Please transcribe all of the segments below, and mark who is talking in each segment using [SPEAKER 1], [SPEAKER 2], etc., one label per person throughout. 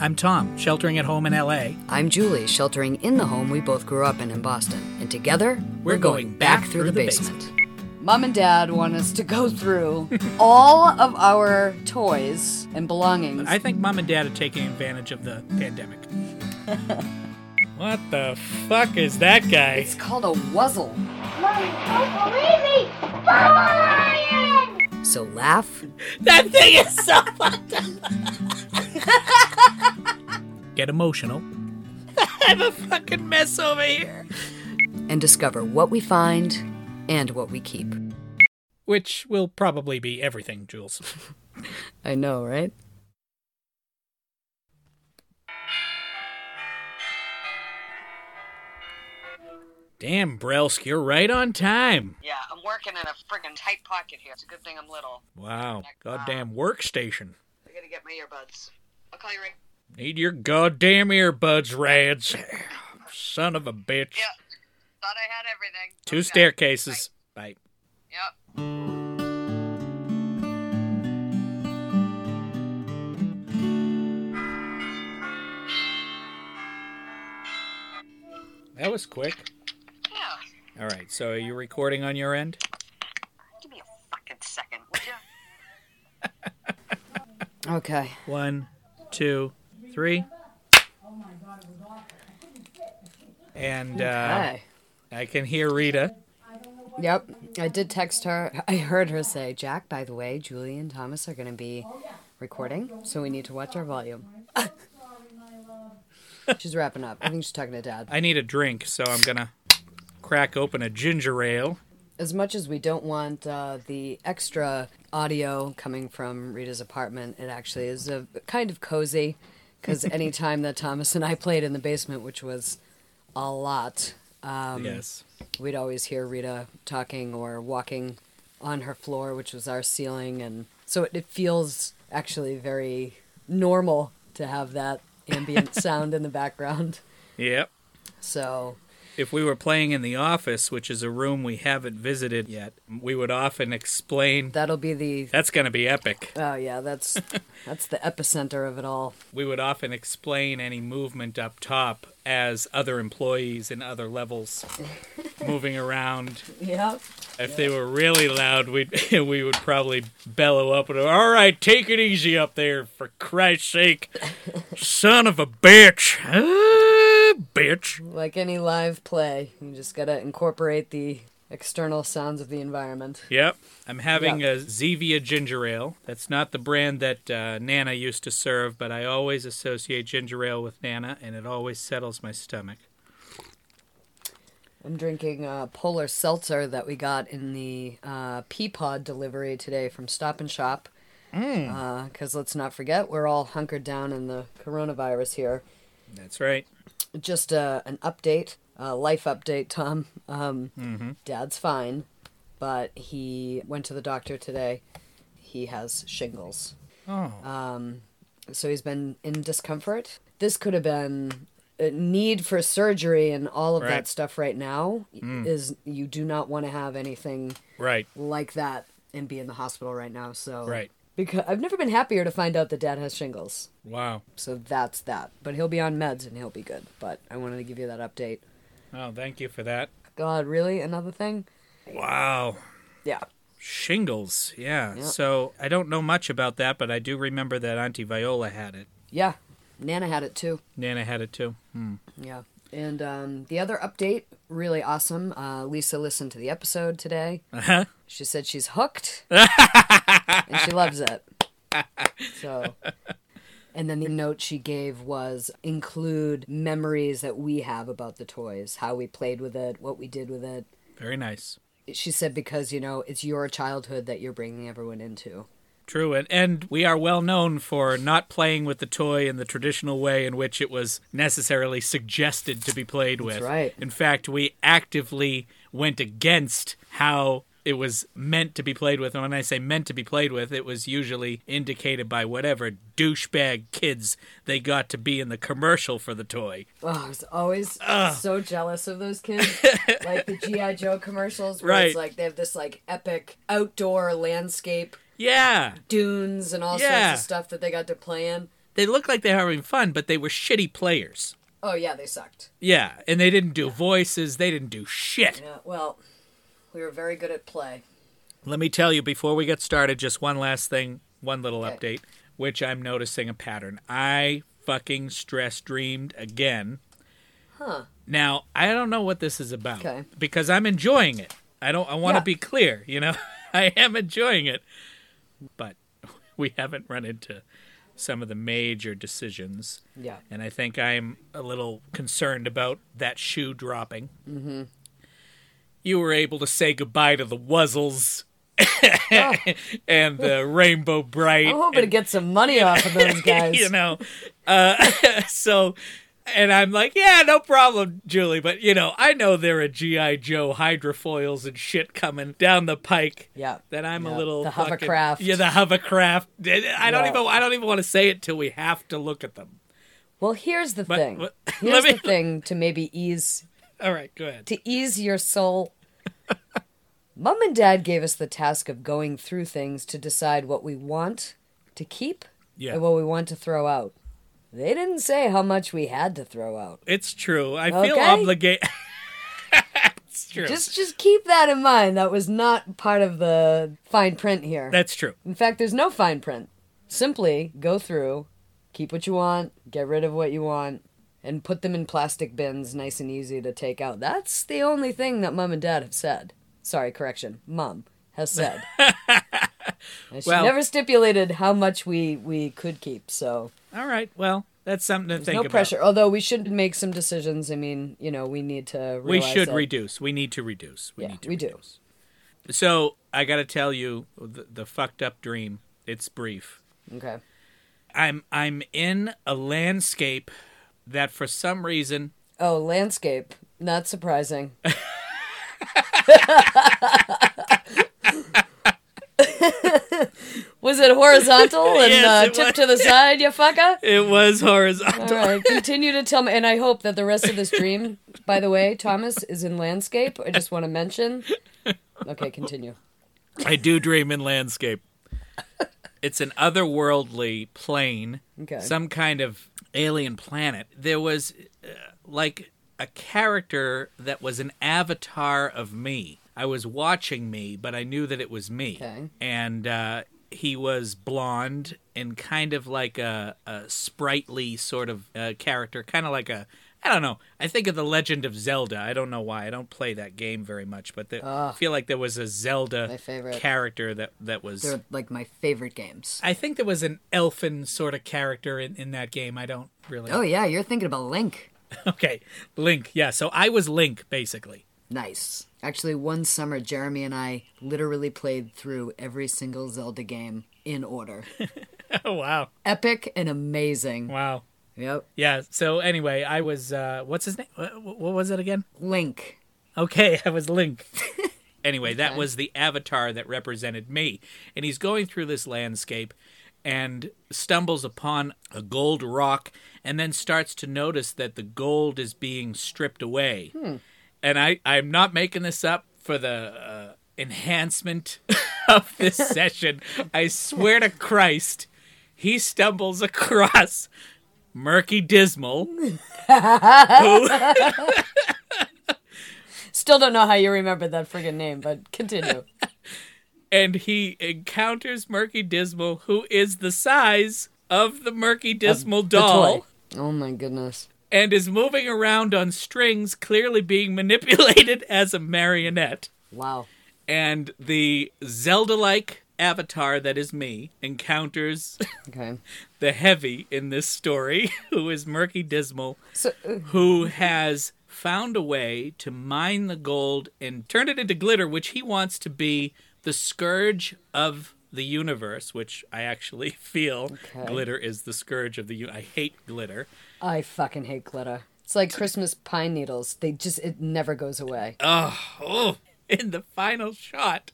[SPEAKER 1] I'm Tom, sheltering at home in LA.
[SPEAKER 2] I'm Julie, sheltering in the home we both grew up in in Boston. And together, we're, going, back, through, the, basement.
[SPEAKER 3] Mom and Dad want us to go through all of our toys and belongings.
[SPEAKER 1] I think mom and dad are taking advantage of the pandemic. what the fuck is that guy?
[SPEAKER 3] It's called a wuzzle.
[SPEAKER 4] Mommy, don't believe me! Go lion!
[SPEAKER 2] So laugh,
[SPEAKER 1] That thing is so fucked up. Get emotional. I'm a fucking mess over here.
[SPEAKER 2] and discover what we find and what we keep.
[SPEAKER 1] Which will probably be everything, Jules.
[SPEAKER 2] I know, right?
[SPEAKER 1] Damn, Brelsk, you're right on time.
[SPEAKER 5] Yeah, I'm working in a friggin' tight pocket here. It's a good thing I'm little.
[SPEAKER 1] Wow. Goddamn workstation.
[SPEAKER 5] I gotta get my earbuds. I'll call you right.
[SPEAKER 1] Need your goddamn earbuds, Rads. Son of a bitch.
[SPEAKER 5] Yeah. Thought I had everything.
[SPEAKER 1] Two
[SPEAKER 5] Okay.
[SPEAKER 1] staircases. Bye.
[SPEAKER 5] Yep.
[SPEAKER 1] That was quick.
[SPEAKER 5] Yeah.
[SPEAKER 1] All right, so are you recording on your end?
[SPEAKER 5] Give me a fucking second, would you?
[SPEAKER 3] Okay.
[SPEAKER 1] One, two, three. And uh,
[SPEAKER 3] Hi.
[SPEAKER 1] I can hear Rita.
[SPEAKER 3] Yep. I did text her. I heard her say, Jack, by the way, Julie and Thomas are going to be recording, so we need to watch our volume. she's wrapping up. I think she's talking to Dad.
[SPEAKER 1] I need a drink, so I'm gonna crack open a ginger ale.
[SPEAKER 3] As much as we don't want uh, the extra audio coming from Rita's apartment, it actually is a kind of cozy because any time that Thomas and I played in the basement, which was a lot, um,
[SPEAKER 1] yes.
[SPEAKER 3] we'd always hear Rita talking or walking on her floor, which was our ceiling, and so it, it feels actually very normal to have that ambient sound in the background.
[SPEAKER 1] Yep.
[SPEAKER 3] So
[SPEAKER 1] If we were playing in the office, which is a room we haven't visited yet, we would often explain
[SPEAKER 3] that'll be the
[SPEAKER 1] that's gonna be epic.
[SPEAKER 3] oh yeah, that's that's the epicenter of it all.
[SPEAKER 1] we would often explain any movement up top as other employees in other levels moving around.
[SPEAKER 3] Yep.
[SPEAKER 1] If they were really loud, we'd we would probably bellow up and all right, take it easy up there for Christ's sake, son of a bitch, Ah, bitch.
[SPEAKER 3] Like any live play, you just gotta incorporate the external sounds of the environment.
[SPEAKER 1] Yep, I'm having a Zevia ginger ale. That's not the brand that uh, Nana used to serve, but I always associate ginger ale with Nana, and it always settles my stomach.
[SPEAKER 3] I'm drinking uh, Polar Seltzer that we got in the uh, pea pod delivery today from Stop and Shop. Because let's not forget, we're all hunkered down in the coronavirus here.
[SPEAKER 1] That's right.
[SPEAKER 3] Just uh, an update, uh, life update, Tom. Um,
[SPEAKER 1] Mm-hmm.
[SPEAKER 3] Dad's fine, but he went to the doctor today. He has shingles. Um,
[SPEAKER 1] Oh.
[SPEAKER 3] so he's been in discomfort. This could have been a need for surgery and all of
[SPEAKER 1] Right. Mm.
[SPEAKER 3] that stuff right now is you do not want to have anything
[SPEAKER 1] Right.
[SPEAKER 3] like that and be in the hospital right now. So
[SPEAKER 1] Right.
[SPEAKER 3] because I've never been happier to find out that dad has shingles.
[SPEAKER 1] Wow.
[SPEAKER 3] So that's that. But he'll be on meds and he'll be good. But I wanted to give you that update.
[SPEAKER 1] Oh, thank you for that.
[SPEAKER 3] God, really? Another thing?
[SPEAKER 1] Wow.
[SPEAKER 3] Yeah.
[SPEAKER 1] Shingles. Yeah. So I don't know much about that, but I do remember that Auntie Viola had it.
[SPEAKER 3] Yeah. Nana had it too.
[SPEAKER 1] Nana had it too.
[SPEAKER 3] Yeah. And um, the other update, really awesome. Uh, Lisa listened to the episode today.
[SPEAKER 1] Uh-huh.
[SPEAKER 3] She said she's hooked and she loves it. So, and then the note she gave was include memories that we have about the toys, how we played with it, what we did with it.
[SPEAKER 1] Very nice.
[SPEAKER 3] She said because, you know, it's your childhood that you're bringing everyone into.
[SPEAKER 1] True. And, and we are well known for not playing with the toy in the traditional way in which it was necessarily suggested to be played with.
[SPEAKER 3] right.
[SPEAKER 1] In fact, we actively went against how it was meant to be played with. And when I say meant to be played with, it was usually indicated by whatever douchebag kids they got to be in the commercial for the toy.
[SPEAKER 3] Oh, I was always so jealous of those kids. like the G.I. Joe commercials where
[SPEAKER 1] Right.
[SPEAKER 3] it's like they have this like epic outdoor landscape
[SPEAKER 1] Yeah.
[SPEAKER 3] dunes and all
[SPEAKER 1] Yeah.
[SPEAKER 3] sorts of stuff that they got to play in.
[SPEAKER 1] They looked like they were having fun, but they were shitty players.
[SPEAKER 3] Oh yeah, they sucked.
[SPEAKER 1] Yeah, and they didn't do voices. They didn't do shit.
[SPEAKER 3] Yeah, well, we were very good at play.
[SPEAKER 1] Let me tell you before we get started, just one last thing, one little update, which I'm noticing a pattern. I fucking stress dreamed again. Huh. Now, I don't know what this is about
[SPEAKER 3] Okay.
[SPEAKER 1] because I'm enjoying it. I don't I want to
[SPEAKER 3] Yeah.
[SPEAKER 1] be clear, you know. I am enjoying it. But we haven't run into some of the major decisions.
[SPEAKER 3] Yeah.
[SPEAKER 1] And I think I'm a little concerned about that shoe dropping. Mm-hmm. You were able to say goodbye to the Wuzzles and the Rainbow Bright.
[SPEAKER 3] I'm hoping to get some money off of those Oh, guys.
[SPEAKER 1] you know, uh, so, and I'm like, yeah, no problem, Julie. But you know, I know there are GI Joe hydrofoils and shit coming down the pike.
[SPEAKER 3] Yeah.
[SPEAKER 1] That I'm a
[SPEAKER 3] Yeah.
[SPEAKER 1] little
[SPEAKER 3] The
[SPEAKER 1] fucking-
[SPEAKER 3] hovercraft.
[SPEAKER 1] yeah, the hovercraft. I don't
[SPEAKER 3] Yeah.
[SPEAKER 1] even. I don't even want to say it till we have to look at them.
[SPEAKER 3] Well, here's the
[SPEAKER 1] But-
[SPEAKER 3] thing.
[SPEAKER 1] but-
[SPEAKER 3] here's
[SPEAKER 1] let me-
[SPEAKER 3] the thing to maybe ease
[SPEAKER 1] All right, go ahead.
[SPEAKER 3] to ease your soul. Mom and Dad gave us the task of going through things to decide what we want to keep
[SPEAKER 1] Yeah.
[SPEAKER 3] and what we want to throw out. They didn't say how much we had to throw out.
[SPEAKER 1] It's true. I feel
[SPEAKER 3] Okay.
[SPEAKER 1] obligated. it's true.
[SPEAKER 3] Just just keep that in mind. That was not part of the fine print here.
[SPEAKER 1] That's true.
[SPEAKER 3] In fact, there's no fine print. Simply go through, keep what you want, get rid of what you want, and put them in plastic bins nice and easy to take out. That's the only thing that mom and dad have said. Sorry, correction. Mom has said. And she
[SPEAKER 1] Well-
[SPEAKER 3] never stipulated how much we, we could keep, so
[SPEAKER 1] All right. Well, that's something to think
[SPEAKER 3] no
[SPEAKER 1] about.
[SPEAKER 3] pressure. Although we should make some decisions. I mean, you know, we need to.
[SPEAKER 1] We
[SPEAKER 3] realize
[SPEAKER 1] should
[SPEAKER 3] that-
[SPEAKER 1] reduce. We need to reduce. We
[SPEAKER 3] Yeah,
[SPEAKER 1] need to
[SPEAKER 3] we do.
[SPEAKER 1] reduce. So I got to tell you the, the fucked up dream. It's brief.
[SPEAKER 3] Okay.
[SPEAKER 1] I'm I'm in a landscape that for some reason
[SPEAKER 3] Oh, landscape. Not surprising. was it horizontal and
[SPEAKER 1] Yes,
[SPEAKER 3] uh,
[SPEAKER 1] it
[SPEAKER 3] tip
[SPEAKER 1] was.
[SPEAKER 3] to the side, you fucker?
[SPEAKER 1] it was
[SPEAKER 3] All
[SPEAKER 1] horizontal.
[SPEAKER 3] right, continue to tell me. And I hope that the rest of this dream, by the way, Thomas, is in landscape. I just want to mention. Okay, continue.
[SPEAKER 1] I do dream in landscape. It's an otherworldly plane,
[SPEAKER 3] Okay.
[SPEAKER 1] some kind of alien planet. There was uh, like a character that was an avatar of me. I was watching me, but I knew that it was me.
[SPEAKER 3] Okay.
[SPEAKER 1] And uh, he was blonde and kind of like a, a sprightly sort of uh, character, kind of like a. I don't know. I think of the Legend of Zelda. I don't know why. I don't play that game very much, but the,
[SPEAKER 3] Ah.
[SPEAKER 1] I feel like there was a Zelda
[SPEAKER 3] My favorite.
[SPEAKER 1] character that that was.
[SPEAKER 2] They're like my favorite games.
[SPEAKER 1] I think there was an elfin sort of character in, in that game. I don't really.
[SPEAKER 2] Oh, yeah, you're thinking about Link.
[SPEAKER 1] Okay, Link. Yeah, so I was Link basically.
[SPEAKER 2] Nice. Actually, one summer, Jeremy and I literally played through every single Zelda game in order.
[SPEAKER 1] Oh wow,
[SPEAKER 2] Epic and amazing.
[SPEAKER 1] wow.
[SPEAKER 2] Yep.
[SPEAKER 1] Yeah. So anyway, I was. Uh, what's his name? What, what was it again?
[SPEAKER 2] Link.
[SPEAKER 1] Okay, I was Link. anyway, that was the avatar that represented me. And he's going through this landscape and stumbles upon a gold rock and then starts to notice that the gold is being stripped away. And I, I'm not making this up for the uh, enhancement of this session. I swear to Christ, he stumbles across Murky Dismal.
[SPEAKER 3] Still don't know how you remembered that friggin' name, but continue.
[SPEAKER 1] and he encounters Murky Dismal, who is the size of the Murky Dismal
[SPEAKER 3] The
[SPEAKER 1] doll,
[SPEAKER 3] toy. Oh my goodness.
[SPEAKER 1] and is moving around on strings, clearly being manipulated as a marionette.
[SPEAKER 3] Wow.
[SPEAKER 1] And the Zelda like avatar that is me encounters
[SPEAKER 3] Okay.
[SPEAKER 1] the heavy in this story, who is Murky Dismal,
[SPEAKER 3] So, uh,
[SPEAKER 1] who has found a way to mine the gold and turn it into glitter, which he wants to be the scourge of the universe, which I actually feel
[SPEAKER 3] Okay.
[SPEAKER 1] glitter is the scourge of the universe. I hate glitter.
[SPEAKER 3] I fucking hate glitter. It's like Christmas pine needles. They just it never goes away.
[SPEAKER 1] Oh, in the final shot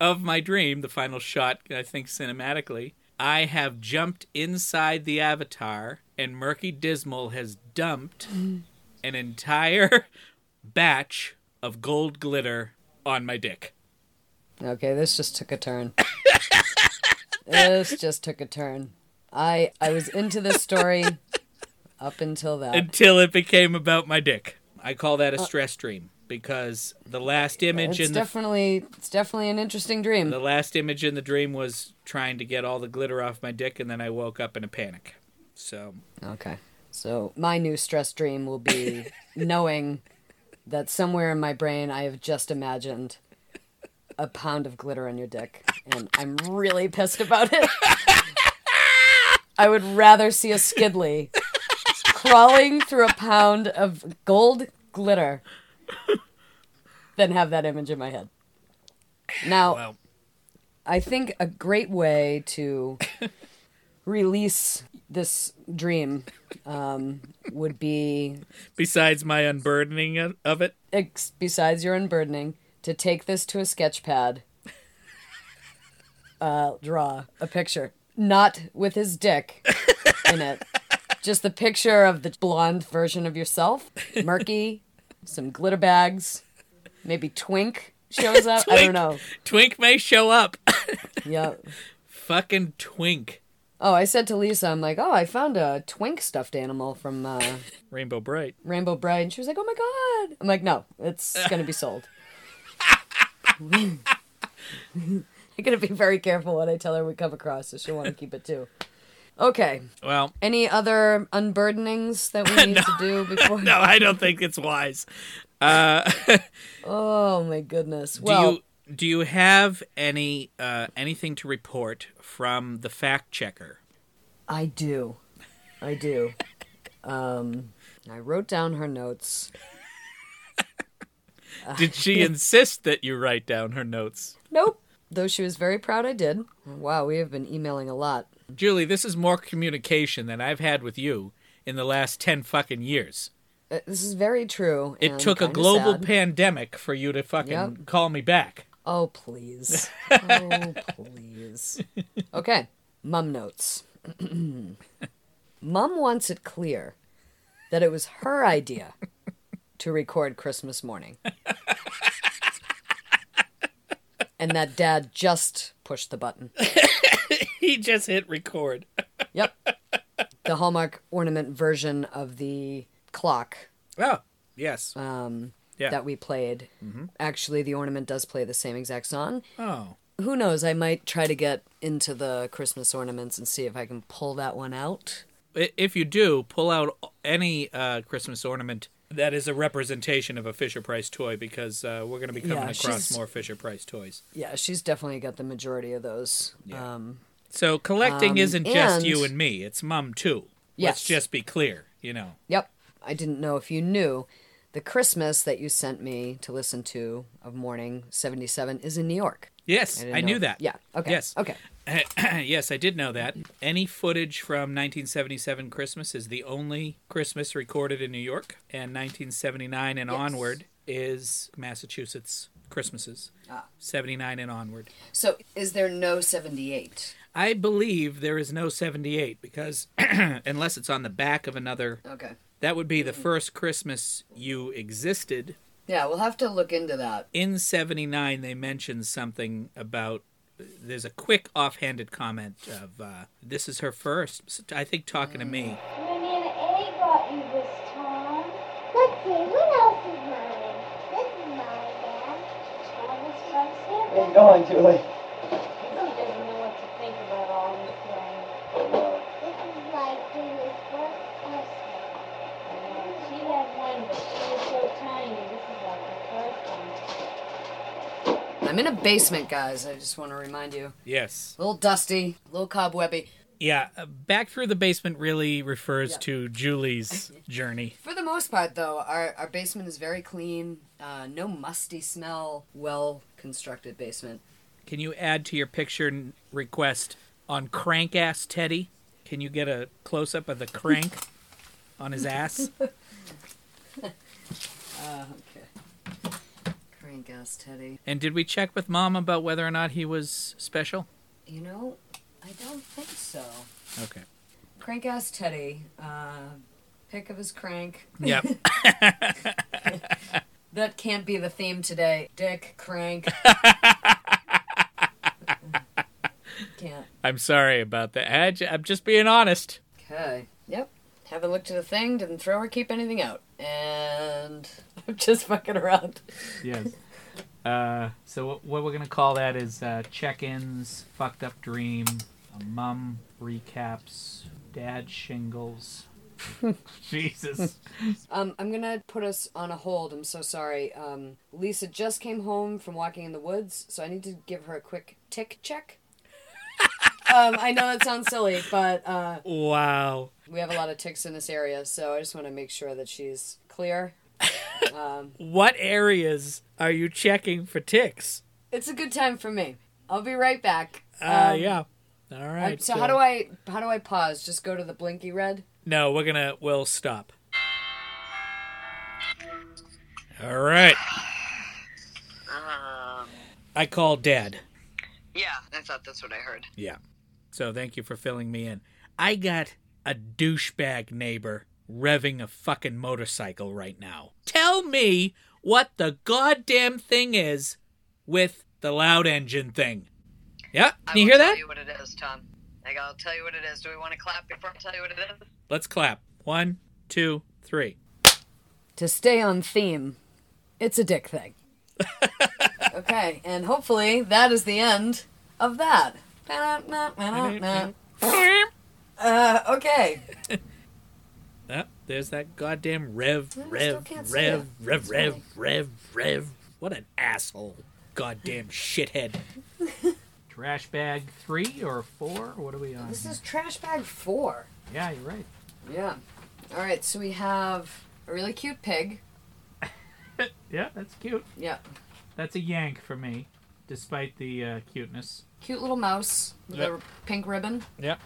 [SPEAKER 1] of my dream, the final shot, I think cinematically, I have jumped inside the avatar and Murky Dismal has dumped
[SPEAKER 3] Mm.
[SPEAKER 1] an entire batch of gold glitter on my dick.
[SPEAKER 3] Okay, this just took a turn. this just took a turn. I I was into this story up until that.
[SPEAKER 1] until it became about my dick. I call that a stress dream because the last image
[SPEAKER 3] Uh, it's
[SPEAKER 1] in the
[SPEAKER 3] definitely it's definitely an interesting dream.
[SPEAKER 1] the last image in the dream was trying to get all the glitter off my dick, and then I woke up in a panic. So
[SPEAKER 3] Okay. So my new stress dream will be knowing that somewhere in my brain I have just imagined a pound of glitter on your dick and I'm really pissed about it. I would rather see a skidley crawling through a pound of gold glitter than have that image in my head. Now,
[SPEAKER 1] Wow.
[SPEAKER 3] I think a great way to release this dream um, would be,
[SPEAKER 1] besides my unburdening of- of it,
[SPEAKER 3] ex- besides your unburdening, to take this to a sketch pad, uh, draw a picture, not with his dick in it, just the picture of the blonde version of yourself, murky, some glitter bags, maybe Twink shows up. I don't
[SPEAKER 1] Twink.
[SPEAKER 3] know.
[SPEAKER 1] Twink may show up.
[SPEAKER 3] Yeah.
[SPEAKER 1] Fucking Twink,
[SPEAKER 3] Oh, I said to Lisa, I'm like, oh, I found a twink stuffed animal from uh,
[SPEAKER 1] Rainbow Bright.
[SPEAKER 3] Rainbow Bride. And she was like, oh my God. I'm like, no, it's going to be sold. I'm going to be very careful what I tell her we come across, so she'll want to keep it too. Okay.
[SPEAKER 1] Well,
[SPEAKER 3] Any other unburdenings that we need to do before?
[SPEAKER 1] no, I don't think it's wise.
[SPEAKER 3] Oh my goodness.
[SPEAKER 1] Do
[SPEAKER 3] Well,
[SPEAKER 1] you do you have any uh, anything to report from the fact checker?
[SPEAKER 3] I do. I do. Um, I wrote down her notes.
[SPEAKER 1] Did she insist that you write down her notes?
[SPEAKER 3] Nope. Though she was very proud I did. Wow, we have been emailing a lot.
[SPEAKER 1] Julie, this is more communication than I've had with you in the last 10 fucking years.
[SPEAKER 3] Uh, This is very true.
[SPEAKER 1] It
[SPEAKER 3] and
[SPEAKER 1] took a
[SPEAKER 3] kinda
[SPEAKER 1] global
[SPEAKER 3] sad.
[SPEAKER 1] pandemic for you to fucking
[SPEAKER 3] Yep.
[SPEAKER 1] call me back.
[SPEAKER 3] oh please, oh please. Okay, mum notes. mum wants it clear that it was her idea to record Christmas morning, and that dad just pushed the button.
[SPEAKER 1] He just hit record.
[SPEAKER 3] Yep, the hallmark ornament version of the clock
[SPEAKER 1] Oh, yes. Yeah.
[SPEAKER 3] that we played. Actually, the ornament does play the same exact song.
[SPEAKER 1] oh.
[SPEAKER 3] Who knows? I might try to get into the Christmas ornaments and see if I can pull that one out.
[SPEAKER 1] I- If you do, pull out any uh, Christmas ornament that is a representation of a Fisher Price toy because uh, we're going to be coming
[SPEAKER 3] Yeah,
[SPEAKER 1] across
[SPEAKER 3] she's-
[SPEAKER 1] more Fisher Price toys.
[SPEAKER 3] Yeah, she's definitely got the majority of those. Um,
[SPEAKER 1] So collecting isn't just
[SPEAKER 3] and-
[SPEAKER 1] you and me, it's mum too. Let's
[SPEAKER 3] Yes.
[SPEAKER 1] just be clear, you know.
[SPEAKER 3] yep. I didn't know if you knew. The Christmas that you sent me to listen to of Morning 77 is in New York.
[SPEAKER 1] Yes, I,
[SPEAKER 3] didn't know
[SPEAKER 1] knew
[SPEAKER 3] if-
[SPEAKER 1] that.
[SPEAKER 3] Yeah, okay,
[SPEAKER 1] Yes.
[SPEAKER 3] okay.
[SPEAKER 1] yes, I did know that. Any footage from 1977 Christmas is the only Christmas recorded in New York, and 1979 and onward is Massachusetts Christmases.
[SPEAKER 3] Ah.
[SPEAKER 1] 79 and onward.
[SPEAKER 3] So is there no 78?
[SPEAKER 1] I believe there is no 78 because unless it's on the back of another,
[SPEAKER 3] Okay.
[SPEAKER 1] that would be the first Christmas you existed.
[SPEAKER 3] Yeah, we'll have to look into that.
[SPEAKER 1] In 79, they mention something about. There's a quick offhanded comment of, uh, this is her first, I think, talking to me.
[SPEAKER 4] Your Nana A got you this time. Let's see, what else is mine? This is mine, Dad. Travis Truck's here.
[SPEAKER 6] Where you going, Julie?
[SPEAKER 4] He doesn't know what to think about all this land. This is like Julie's first Christmas. She had one, but she was so tiny. This is like the first one.
[SPEAKER 3] I'm in a basement, guys. I just want to remind you.
[SPEAKER 1] Yes.
[SPEAKER 3] A little dusty, a little cobwebby.
[SPEAKER 1] Yeah, uh, back through the basement really refers to Julie's journey.
[SPEAKER 3] For the most part, though, our, our basement is very clean. Uh, no musty smell. Well constructed basement.
[SPEAKER 1] Can you add to your picture n- request on crank ass Teddy? Can you get a close up of the crank on his ass?
[SPEAKER 3] Okay. Crank ass Teddy.
[SPEAKER 1] And did we check with mom about whether or not he was special?
[SPEAKER 3] You know, I don't think so.
[SPEAKER 1] Okay.
[SPEAKER 3] Crank ass Teddy. Uh, pick of his crank.
[SPEAKER 1] Yep.
[SPEAKER 3] That can't be the theme today. Dick crank. Can't.
[SPEAKER 1] I'm sorry about that. I j- I'm just being honest.
[SPEAKER 3] Okay. Yep. Haven't looked at the thing, didn't throw or keep anything out. And I'm just fucking around.
[SPEAKER 1] Yes. Uh, so what, what we're gonna call that is uh, check-ins, fucked up dream, a mum recaps, dad shingles. Jesus.
[SPEAKER 3] Um, I'm gonna put us on a hold. I'm so sorry. Um, Lisa just came home from walking in the woods, so I need to give her a quick tick check. um, I know that sounds silly, but uh,
[SPEAKER 1] Wow.
[SPEAKER 3] we have a lot of ticks in this area, so I just want to make sure that she's clear.
[SPEAKER 1] What areas are you checking for ticks?
[SPEAKER 3] It's a good time for me. I'll be right back. Uh,
[SPEAKER 1] Uh, yeah. All right.
[SPEAKER 3] Um, so how do I how do I pause? Just go to the blinky red.
[SPEAKER 1] No, we're gonna. We'll stop. All right.
[SPEAKER 5] Um,
[SPEAKER 1] I call dad.
[SPEAKER 5] yeah, I thought that's what I heard.
[SPEAKER 1] Yeah. So thank you for filling me in. I got a douchebag neighbor revving a fucking motorcycle right now. Tell me what the goddamn thing is with the loud engine thing. Yeah,
[SPEAKER 5] I
[SPEAKER 1] can you
[SPEAKER 5] will
[SPEAKER 1] hear
[SPEAKER 5] tell
[SPEAKER 1] that?
[SPEAKER 5] you what it is, Tom. Like, I'll tell you what it is. Do we want to clap before I tell you what it is?
[SPEAKER 1] Let's clap. One, two, three.
[SPEAKER 3] To stay on theme, it's a dick thing. okay, and hopefully that is the end of that. Oh, Uh, okay.
[SPEAKER 1] Ah, there's that goddamn rev, rev,
[SPEAKER 3] can't see
[SPEAKER 1] rev,
[SPEAKER 3] it.
[SPEAKER 1] rev, rev, rev, rev. What an asshole. Goddamn shithead. Trash bag three or four? What are we on?
[SPEAKER 3] This is trash bag four.
[SPEAKER 1] Yeah, you're right.
[SPEAKER 3] Yeah. All right, so we have a really cute pig.
[SPEAKER 1] Yeah, that's cute.
[SPEAKER 3] Yeah.
[SPEAKER 1] That's a yank for me, despite the uh, cuteness.
[SPEAKER 3] Cute little mouse with
[SPEAKER 1] Yep.
[SPEAKER 3] a pink ribbon.
[SPEAKER 1] Yep.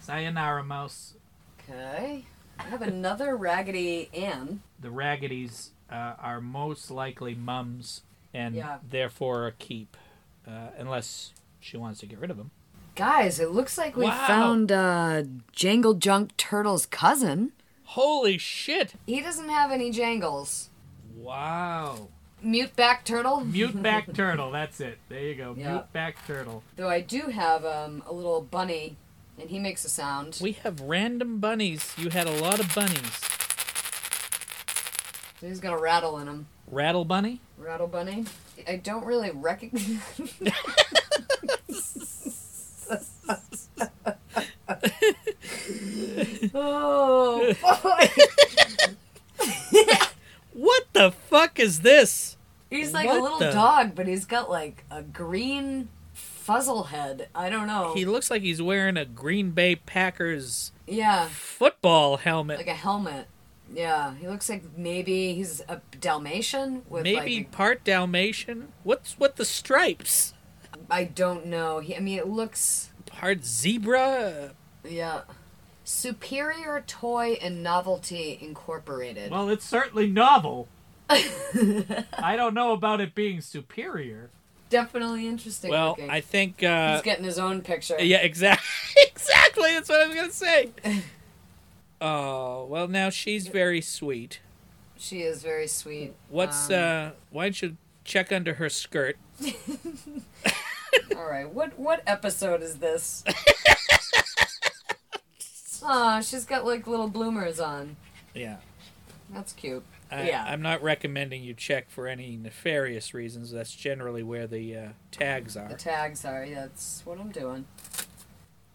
[SPEAKER 1] Sayonara mouse.
[SPEAKER 3] Okay. I have another Raggedy Ann.
[SPEAKER 1] The Raggities uh, are most likely mums and
[SPEAKER 3] Yeah.
[SPEAKER 1] therefore a keep, uh, unless she wants to get rid of them.
[SPEAKER 3] Guys, it looks like we
[SPEAKER 1] Wow.
[SPEAKER 3] found uh, Jangle Junk Turtle's cousin.
[SPEAKER 1] Holy shit!
[SPEAKER 3] He doesn't have any jangles.
[SPEAKER 1] Wow.
[SPEAKER 3] Mute back turtle.
[SPEAKER 1] Mute back turtle. That's it. There you go.
[SPEAKER 3] Yeah.
[SPEAKER 1] Mute back turtle.
[SPEAKER 3] Though I do have um, a little bunny, and he makes a sound.
[SPEAKER 1] We have random bunnies. You had a lot of bunnies.
[SPEAKER 3] So he's gonna rattle in him.
[SPEAKER 1] Rattle bunny.
[SPEAKER 3] Rattle bunny. I don't really recognize. oh boy!
[SPEAKER 1] What the fuck is this?
[SPEAKER 3] He's like
[SPEAKER 1] What
[SPEAKER 3] a little
[SPEAKER 1] the-
[SPEAKER 3] dog, but he's got like a green fuzzle head. I don't know.
[SPEAKER 1] He looks like he's wearing a Green Bay Packers
[SPEAKER 3] yeah,
[SPEAKER 1] football helmet.
[SPEAKER 3] like a helmet. Yeah, he looks like maybe he's a Dalmatian with
[SPEAKER 1] Maybe
[SPEAKER 3] like a
[SPEAKER 1] part Dalmatian. What's with the stripes?
[SPEAKER 3] I don't know. He, I mean, it looks.
[SPEAKER 1] Part zebra.
[SPEAKER 3] Yeah. Superior Toy and Novelty Incorporated.
[SPEAKER 1] Well, it's certainly novel. I don't know about it being superior.
[SPEAKER 3] Definitely interesting.
[SPEAKER 1] Well,
[SPEAKER 3] looking.
[SPEAKER 1] I think.
[SPEAKER 3] He's
[SPEAKER 1] Uh,
[SPEAKER 3] getting his own picture.
[SPEAKER 1] yeah, exactly. exactly. That's what I was gonna say. Oh well, now she's very sweet.
[SPEAKER 3] She is very sweet.
[SPEAKER 1] What's
[SPEAKER 3] Um,
[SPEAKER 1] uh? Why don't you check under her skirt? uh,
[SPEAKER 3] All right. What what episode is this? Aw, she's got like little bloomers on.
[SPEAKER 1] Yeah.
[SPEAKER 3] That's cute.
[SPEAKER 1] I,
[SPEAKER 3] yeah.
[SPEAKER 1] I'm not recommending you check for any nefarious reasons. That's generally where the uh, tags are.
[SPEAKER 3] the tags are. Yeah, that's what I'm doing.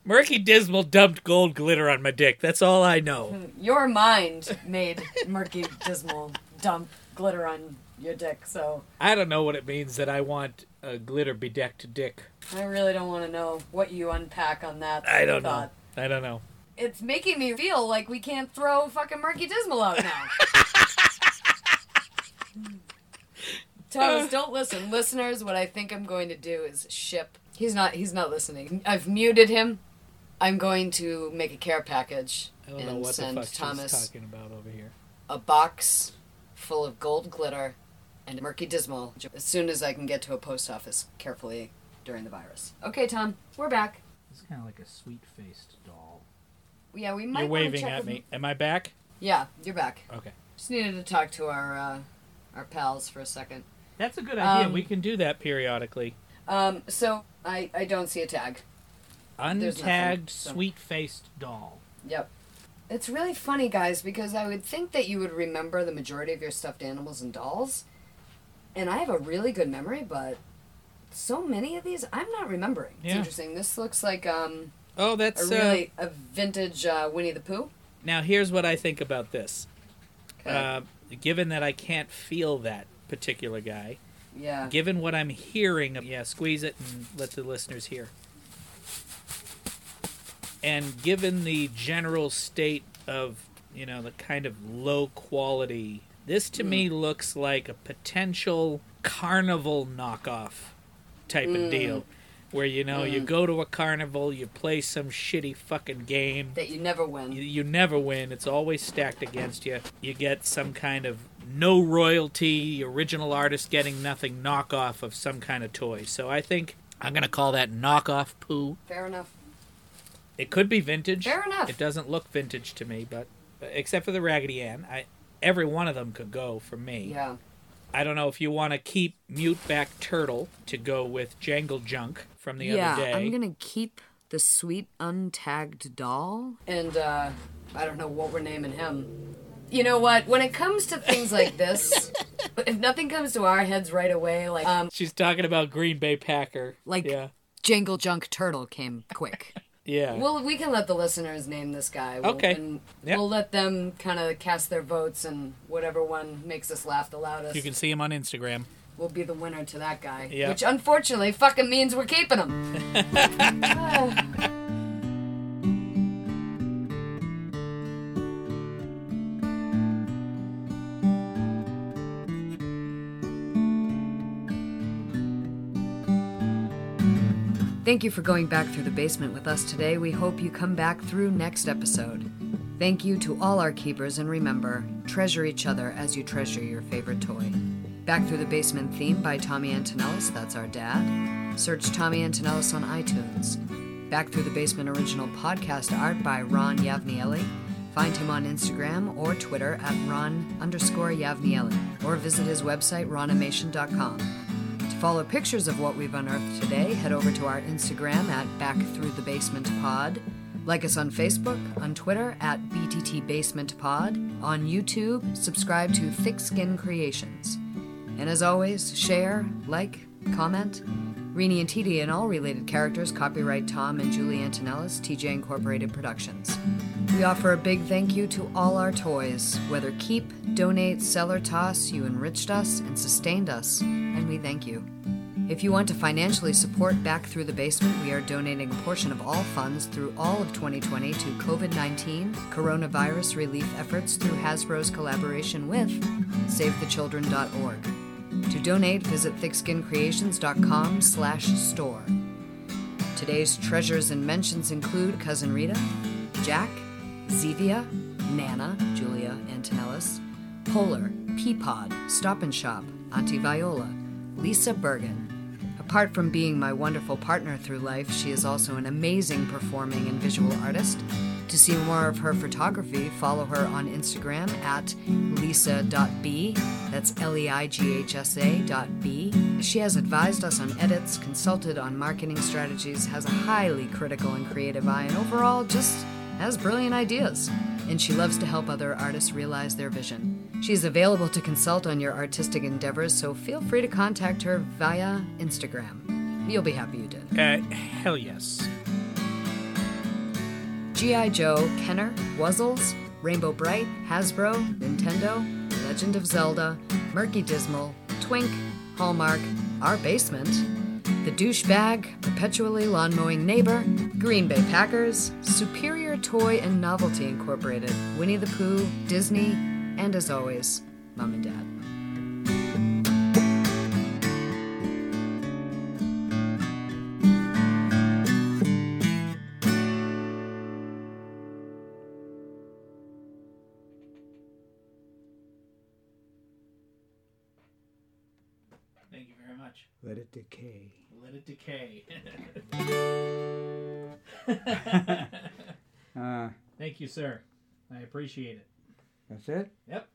[SPEAKER 1] Murky Dismal dumped gold glitter on my dick. That's all I know.
[SPEAKER 3] Your mind made murky, dismal, dump glitter on your dick. So
[SPEAKER 1] I don't know what it means that I want a glitter bedecked dick.
[SPEAKER 3] I really don't want to know what you unpack on that.
[SPEAKER 1] I don't know.
[SPEAKER 3] thought.
[SPEAKER 1] I don't know.
[SPEAKER 3] It's making me feel like we can't throw fucking Murky Dismal out now. Thomas, don't listen. Listeners, what I think I'm going to do is ship. He's not he's not listening. I've muted him. I'm going to make a care package
[SPEAKER 1] I don't
[SPEAKER 3] and
[SPEAKER 1] know what the
[SPEAKER 3] send
[SPEAKER 1] fuck she's
[SPEAKER 3] Thomas
[SPEAKER 1] talking about over here.
[SPEAKER 3] a box full of gold glitter and Murky Dismal as soon as I can get to a post office carefully during the virus. Okay, Tom, we're back.
[SPEAKER 6] It's kind of like a sweet-faced doll.
[SPEAKER 3] Yeah, we might
[SPEAKER 1] You're
[SPEAKER 3] wanna
[SPEAKER 1] waving
[SPEAKER 3] check
[SPEAKER 1] at
[SPEAKER 3] with-
[SPEAKER 1] me. Am I back?
[SPEAKER 3] Yeah, you're back.
[SPEAKER 1] Okay.
[SPEAKER 3] Just needed to talk to our uh, our pals for a second.
[SPEAKER 1] That's a good idea.
[SPEAKER 3] Um,
[SPEAKER 1] we can do that periodically.
[SPEAKER 3] Um, so I I don't see a tag.
[SPEAKER 7] Untagged,
[SPEAKER 8] nothing, so-
[SPEAKER 7] sweet-faced doll.
[SPEAKER 8] Yep. It's really funny, guys, because I would think that you would remember the majority of your stuffed animals and dolls. And I have a really good memory, but so many of these I'm not remembering. It's
[SPEAKER 1] Yeah.
[SPEAKER 8] interesting. This looks like um,
[SPEAKER 1] Oh,
[SPEAKER 8] a
[SPEAKER 1] that's uh,
[SPEAKER 8] really a vintage uh, Winnie the Pooh.
[SPEAKER 1] now. Here's what I think about this.
[SPEAKER 8] Okay.
[SPEAKER 1] Uh, given that I can't feel that particular guy,
[SPEAKER 8] yeah.
[SPEAKER 1] given what I'm hearing, yeah, squeeze it and let the listeners hear. And given the general state of, you know, the kind of low quality, this to me looks like a potential carnival knockoff type of deal. Where, you know, you go to a carnival, you play some shitty fucking game,
[SPEAKER 8] that you never win.
[SPEAKER 1] you, you never win. It's always stacked against you. You get some kind of no royalty, original artist getting nothing knockoff of some kind of toy. So I think I'm going to call that knockoff poo.
[SPEAKER 8] Fair enough.
[SPEAKER 1] It could be vintage.
[SPEAKER 8] Fair enough.
[SPEAKER 1] It doesn't look vintage to me, but uh, except for the Raggedy Ann, I every one of them could go for me.
[SPEAKER 8] Yeah.
[SPEAKER 1] I don't know if you want to keep Mute Back Turtle to go with Jangle Junk from the
[SPEAKER 3] yeah,
[SPEAKER 1] other day.
[SPEAKER 3] I'm gonna keep the sweet untagged doll.
[SPEAKER 8] And uh, I don't know what we're naming him. You know what? When it comes to things like this, if nothing comes to our heads right away, like um,
[SPEAKER 1] She's talking about Green Bay Packer.
[SPEAKER 3] Like-
[SPEAKER 1] yeah.
[SPEAKER 3] Jangle junk turtle came quick.
[SPEAKER 1] Yeah.
[SPEAKER 8] Well, we can let the listeners name this guy. We'll,
[SPEAKER 1] Okay.
[SPEAKER 8] And
[SPEAKER 1] Yeah.
[SPEAKER 8] We'll let them kind of cast their votes, and whatever one makes us laugh the loudest
[SPEAKER 1] you can see him on Instagram.
[SPEAKER 8] will be the winner to that guy.
[SPEAKER 1] Yeah.
[SPEAKER 8] Which unfortunately fucking means we're keeping him.
[SPEAKER 3] Thank you for going back through the basement with us today. We hope you come back through next episode. Thank you to all our keepers, and remember, treasure each other as you treasure your favorite toy. Back Through the Basement theme by Tommy Antonellis, that's our dad. Search Tommy Antonellis on iTunes. Back Through the Basement original podcast art by Ron Yavnielli. Find him on Instagram or Twitter at Ron underscore Yavnielli or visit his website, ronimation.com. To follow pictures of what we've unearthed today, head over to our Instagram at Back Through the Basement Pod. Like us on Facebook, on Twitter at BTT Basement Pod, on YouTube, subscribe to Thick Skin Creations. And as always, share, like, comment. Rini and Titi and all related characters, copyright Tom and Julie Antonellis, TJ Incorporated Productions. We offer a big thank you to all our toys, whether keep, donate, sell, or toss, you enriched us and sustained us, and we thank you. If you want to financially support Back Through the Basement, we are donating a portion of all funds through all of 2020 to COVID 19 coronavirus relief efforts through Hasbro's collaboration with SaveTheChildren.org. To donate, visit thickskincreations.com slash store. Today's treasures and mentions include Cousin Rita, Jack, Zevia, Nana, Julia Antonellis, Polar, Peapod, Stop and Shop, Auntie Viola, Lisa Bergen. Apart from being my wonderful partner through life, she is also an amazing performing and visual artist. To see more of her photography, follow her on Instagram at lisa.b. That's L E I G H S A dot B. She has advised us on edits, consulted on marketing strategies, has a highly critical and creative eye, and overall just has brilliant ideas. And she loves to help other artists realize their vision. She's available to consult on your artistic endeavors, so feel free to contact her via Instagram. You'll be happy you did.
[SPEAKER 1] Uh, hell yes.
[SPEAKER 3] G.I. Joe, Kenner, Wuzzles, Rainbow Bright, Hasbro, Nintendo, Legend of Zelda, Murky Dismal, Twink, Hallmark, Our Basement, The Douchebag, Perpetually Lawn Mowing Neighbor, Green Bay Packers, Superior Toy and Novelty Incorporated, Winnie the Pooh, Disney, and as always, Mom and Dad.
[SPEAKER 7] Thank you very much.
[SPEAKER 9] Let it decay.
[SPEAKER 7] Let it decay.
[SPEAKER 9] Uh,
[SPEAKER 7] Thank you, sir. I appreciate it.
[SPEAKER 9] Ah, that's it?
[SPEAKER 7] Yep.